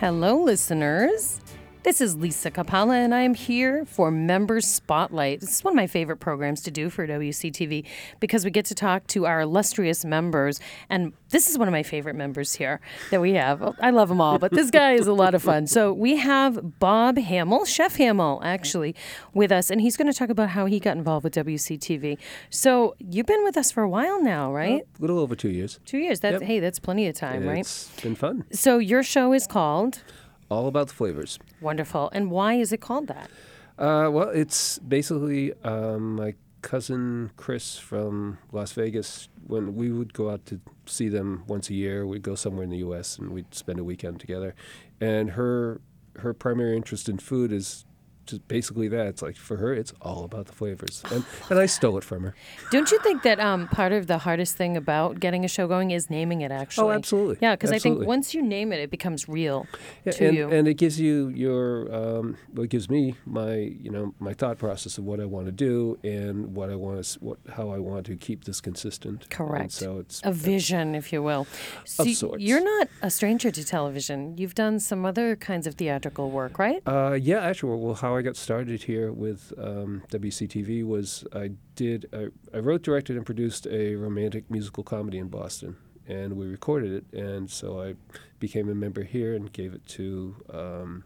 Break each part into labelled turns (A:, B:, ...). A: Hello, listeners. This is Lisa Capella, and I am here for Members Spotlight. This is one of my favorite programs to do for WCTV because we get to talk to our illustrious members. And this is one of my favorite members here that we have. Oh, I love them all, but this guy is a lot of fun. So we have Bob Hamill, Chef Hamill, actually, with us, and he's going to talk about how he got involved with WCTV. So you've been with us for a while now, right?
B: A little over two years.
A: Two years. That's, Hey, that's plenty of time, right?
B: It's been fun.
A: So your show is called.
B: All about the flavors.
A: Wonderful. And why is it called that?
B: Uh, well, it's basically um, my cousin Chris from Las Vegas. When we would go out to see them once a year, we'd go somewhere in the U.S. and we'd spend a weekend together. And her her primary interest in food is just basically that. It's like for her, it's all about the flavors. And and I stole it from her.
A: Don't you think that um, part of the hardest thing about getting a show going is naming it, actually?
B: Oh, absolutely.
A: Yeah, because I think
B: Absolutely.
A: once you name it, it becomes real
B: Yeah,
A: to
B: and,
A: you.
B: and it gives you your um, well, it gives me my you know my thought process of what I want to do and what I want to what how I want to keep this consistent. And
A: Correct.
B: so it's
A: a vision, if you will. So y-
B: sorts.
A: You're not a stranger to television. You've done some other kinds of theatrical work, right?
B: uh, yeah, actually, well, how I got started here with um, WCTV was I did I, I wrote, directed, and produced a romantic musical comedy in Boston, and we recorded it, and so I became a member here and gave it to um,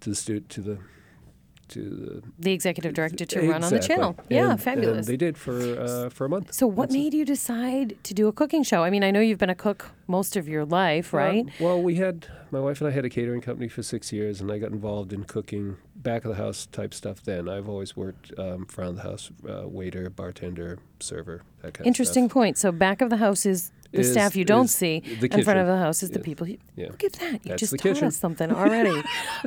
B: to the stu- to the to the
A: The executive director to run on the
B: Exactly.
A: channel. Yeah,
B: And- and
A: fabulous.
B: they did for uh, for a month.
A: so, what
B: That's it.
A: made you decide to do a cooking show? I mean, I know you've been a cook most of your life,
B: Uh,
A: right?
B: well, we had my wife and I had a catering company for six years, and I got involved in cooking back of the house type stuff. Then I've always worked um, front of the house, uh, waiter, bartender, server, that kind
A: Interesting
B: of
A: point. So back of the house is the
B: Is-
A: staff you don't
B: is
A: see.
B: the
A: In front of
B: kitchen.
A: the house is the
B: Yes.
A: people. You,
B: Yeah.
A: Look at that. You
B: That's
A: just
B: the
A: taught
B: kitchen.
A: us something already.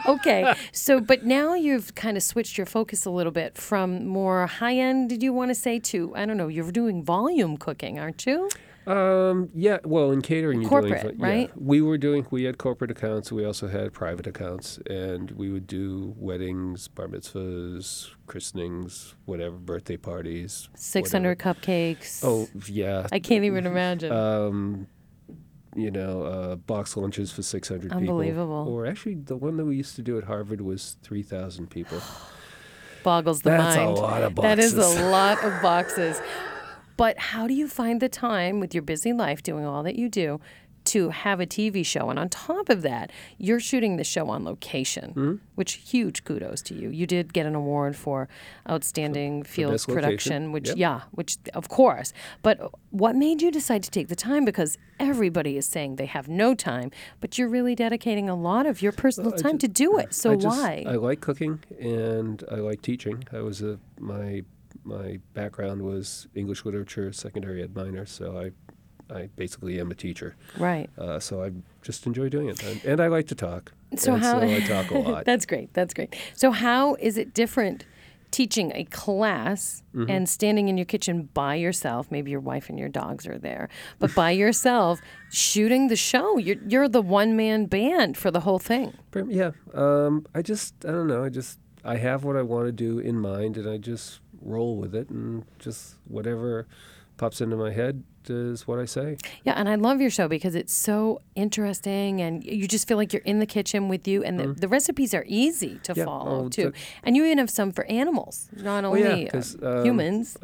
A: okay. So, but now you've kind of switched your focus a little bit from more high end, did you want to say, to, I don't know, you're doing volume cooking, aren't you?
B: stuff. Um, yeah, well, in catering, you're doing
A: Corporate,
B: fr- yeah.
A: right?
B: We were doing. We had corporate accounts. We also had private accounts, and we would do weddings, bar mitzvahs, christenings, whatever, birthday parties.
A: 600 cupcakes.
B: whatever. Oh yeah,
A: I can't even imagine.
B: um, you know, uh, box lunches for 600 people.
A: Unbelievable.
B: Or actually, the one that we used to do at Harvard was 3,000 people.
A: Boggles the
B: that's a
A: mind.
B: lot of
A: That is
B: boxes.
A: a lot of boxes. But how do you find the time with your busy life doing all that you do to have a TV show? And on top of that, you're shooting the show on location,
B: Hmm?
A: which huge kudos to you. You did get an award for outstanding field
B: best location.
A: production, which
B: Yep.
A: yeah, which of course. But what made you decide to take the time because everybody is saying they have no time, but you're really dedicating a lot of your personal time to do it. So
B: I just-
A: why?
B: I like cooking and I like teaching. I was a, my, my background was English literature, secondary ed minor, so I, I basically am a teacher.
A: right.
B: Uh, so I just enjoy doing it. And, and I like to talk.
A: So
B: and
A: how-
B: so I talk a lot.
A: That's great. That's great. So, how is it different teaching a class
B: Mm-hmm.
A: and standing in your kitchen by yourself? Maybe your wife and your dogs are there, but by yourself, shooting the show. You're, you're the one man band for the whole thing.
B: Prim- Yeah. Um, I just, I don't know. I just, I have what I want to do in mind and I just roll with it and just whatever pops into my head is what I say.
A: Yeah, and I love your show because it's so interesting, and you just feel like you're in the kitchen with you, and the, the recipes are easy to
B: Mm-hmm. Yeah,
A: follow
B: oh,
A: too.
B: the-
A: And you even have some for animals, not
B: yeah,
A: only uh,
B: 'cause, um,
A: humans.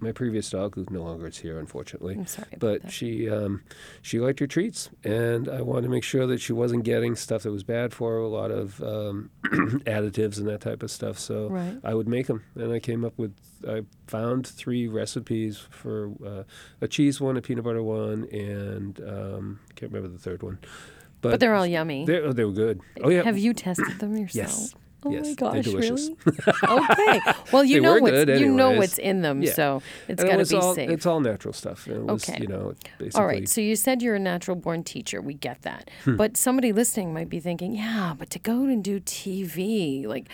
B: My previous dog, who no longer is here, unfortunately,
A: I'm sorry about
B: but
A: that.
B: she um, she liked her treats, and I wanted to make sure that she wasn't getting stuff that was bad for her, a lot of um, additives and that type of stuff. So
A: Right.
B: I would make them, and I came up with I found three recipes for uh, a cheese one, a peanut butter one, and um, can't remember the third one. But,
A: but they're all yummy.
B: they oh, they were good. Oh yeah,
A: Have you tested them yourself?
B: Yes.
A: Oh
B: Yes.
A: my
B: They're
A: gosh,
B: delicious.
A: really? okay. Well, you
B: They
A: know
B: were
A: what's
B: good
A: you know
B: anyways.
A: what's in them,
B: Yeah.
A: so it's
B: And
A: got
B: it
A: to
B: was
A: be
B: all,
A: safe.
B: It's all natural stuff. It was,
A: Okay.
B: You know, basically. Hmm.
A: all right. So you said you're a natural born teacher. We get that. But somebody listening might be thinking, yeah, but to go and do TV, like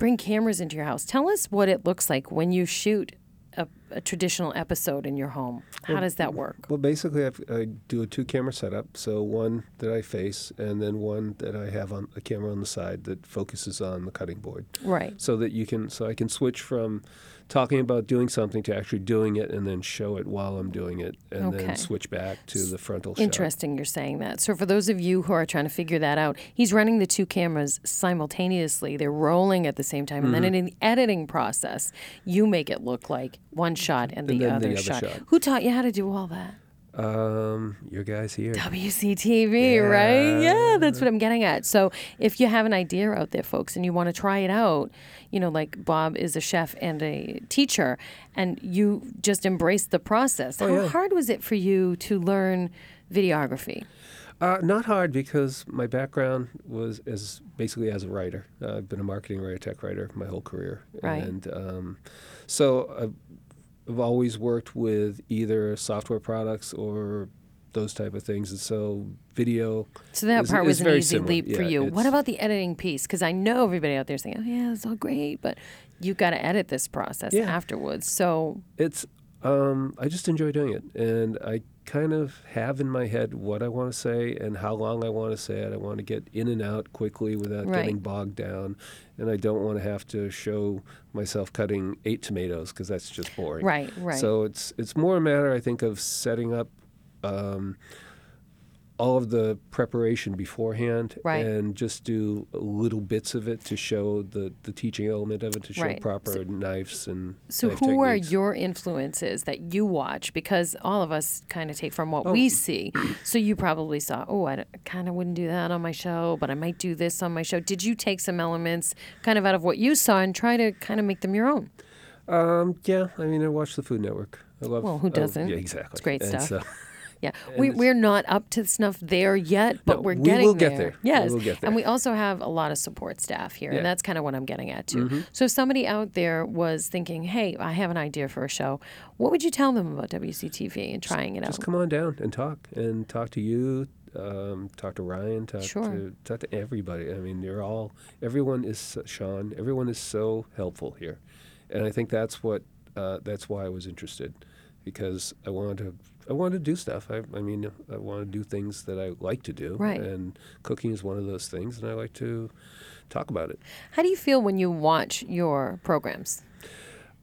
A: bring cameras into your house. Tell us what it looks like when you shoot a a traditional episode in your home? How does that work?
B: Well, basically, I've, I do a two camera setup. So one that I face, and then one that I have on a camera on the side that focuses on the cutting board.
A: Right.
B: So that you can, so I can switch from talking about doing something to actually doing it, and then show it while I'm doing it, and
A: Okay.
B: then switch back to the frontal shot.
A: Interesting you're saying that. So, for those of you who are trying to figure that out, he's running the two cameras simultaneously. They're rolling at the same time. And then in the editing process, you make it look like one shot and the,
B: then the
A: other,
B: other
A: shot.
B: shot.
A: Who taught you how to do all that?
B: Um, your guys here.
A: WCTV, right? Yeah, that's what I'm getting at. So if you have an idea out there, folks, and you want to try it out, you know, like Bob is a chef and a teacher, and you just embraced the process. How
B: yeah.
A: hard was it for you to learn videography?
B: Uh, not hard because my background was as basically as a writer. Uh, I've been a marketing writer, tech writer my whole career,
A: Right.
B: and um, so I've, I've always worked with either software products or those type of things. And so video.
A: So that
B: is-
A: part
B: is
A: was an
B: very
A: easy
B: similar.
A: leap for
B: Yeah,
A: you. What
B: it's-
A: about the editing piece? Because I know everybody out there is saying, "Oh yeah, it's all great," but you've got to edit this process
B: Yeah.
A: afterwards. So
B: It's um, I just enjoy doing it, and I kind of have in my head what I want to say and how long I want to say it. I want to get in and out quickly without
A: Right.
B: getting bogged down, and I don't want to have to show myself cutting eight tomatoes because that's just boring.
A: right, right.
B: So it's it's more a matter, I think, of setting up um, all of the preparation beforehand,
A: Right.
B: and just do little bits of it to show the, the teaching element of it, to show
A: Right.
B: proper knives and
A: So,
B: knife
A: who are
B: techniques.
A: your influences that you watch? Because all of us kind of take from what
B: Oh.
A: we see. So, you probably saw, oh, I kind of wouldn't do that on my show, but I might do this on my show. Did you take some elements kind of out of what you saw and try to kind of make them your own?
B: Um, yeah, I mean, I watch the Food Network. I love.
A: Well, who
B: I-
A: doesn't?
B: yeah, exactly.
A: It's great
B: And
A: stuff.
B: so-
A: Yeah, we,
B: it's-
A: we're not up to snuff there yet, but
B: No,
A: we're
B: we
A: getting
B: will get there. We
A: Yes,
B: will get
A: and
B: there.
A: we also have a lot of support staff here,
B: Yeah. Mm-hmm.
A: and that's kind of what I'm getting at too. So, if somebody out there was thinking, "Hey, I have an idea for a show," what would you tell them about WCTV and trying it out?
B: just come on down and talk and talk to you um, talk to ryan talk
A: Sure.
B: to talk to everybody i mean they're all everyone is so- sean everyone is so helpful here and i think that's what uh, that's why i was interested because i wanted to i wanted to do stuff i, I mean i want to do things that i like to do
A: Right.
B: and cooking is one of those things and i like to talk about it
A: How do you feel when you watch your programs?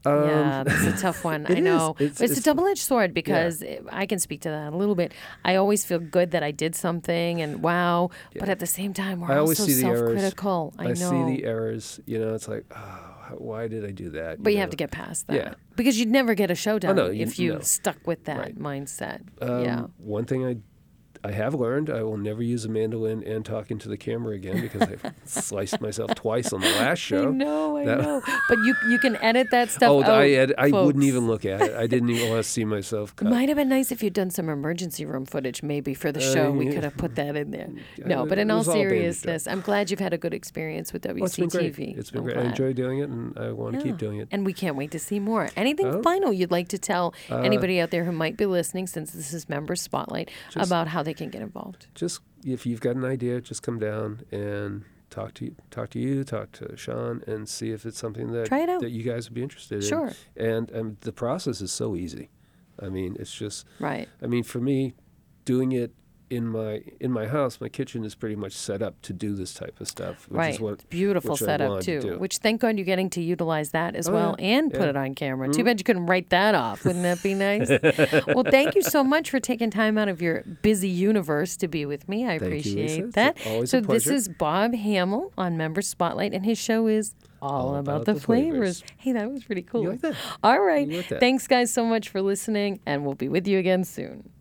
A: yeah, that's a tough one. I
B: Um, it is.
A: know.
B: It's-
A: But It's,
B: it's-
A: a double edged sword because it- I can speak to that a little bit. I always feel good that I did something and wow, but at the same time, we're
B: I always
A: also
B: see the
A: self
B: errors.
A: critical. I, know.
B: see the errors you know it's like oh, how- why did i do that
A: but you have
B: know?
A: to get past that.
B: Yeah. Oh,
A: Because you'd never get a show done
B: no, you-
A: if you
B: no.
A: stuck with that
B: Right.
A: mindset.
B: Um,
A: yeah.
B: One thing I I have learned I will never use a mandolin and talk into the camera again because I sliced myself twice on the last show.
A: I know, I
B: that-
A: know. But you you can edit that stuff.
B: Oh,
A: out,
B: I had, I wouldn't
A: folks.
B: even look at it. I didn't even want to see myself cut.
A: Might have been nice if you'd done some emergency room footage, maybe for the show. we
B: yeah.
A: could have put that in there. No,
B: Uh, it
A: but in all
B: was all bandaged up.
A: seriousness, I'm glad you've had a good experience with WCTV.
B: Well, it's been great. It's been
A: I'm
B: great. I
A: glad.
B: enjoy doing it, and I want to
A: Oh, Yeah.
B: keep doing it. Oh.
A: And we can't wait to see more. Anything final you'd like to tell
B: Uh,
A: anybody out there who might be listening, since this is Member Spotlight, about how they can get involved?
B: Just if you've got an idea, just come down and talk to you, talk to you, talk to Sean, and see if it's something that
A: Try it out.
B: that you guys would be interested
A: Sure.
B: in. And um, the process is so easy. I mean, it's just
A: Right.
B: I mean, for me, doing it in my in my house, my kitchen is pretty much set up to do this type of stuff, which
A: right.
B: is what
A: It's Beautiful
B: which I
A: setup,
B: wanted
A: too.
B: to do.
A: Which thank God you're getting to utilize that as
B: Oh,
A: well
B: yeah.
A: and put
B: Yeah. Mm-hmm.
A: it on camera. Too bad you couldn't write that off. Wouldn't that be nice? well, thank you so much for taking time out of your busy universe to be with me. I
B: you, Lisa.
A: appreciate
B: It's
A: that.
B: always
A: so
B: a
A: this
B: pleasure.
A: is Bob Hamill on Member Spotlight, and his show is All, about, the, flavors. Hey, that was pretty cool.
B: like that?
A: All right.
B: You like that?
A: Thanks, guys, so much for listening, and we'll be with you again soon.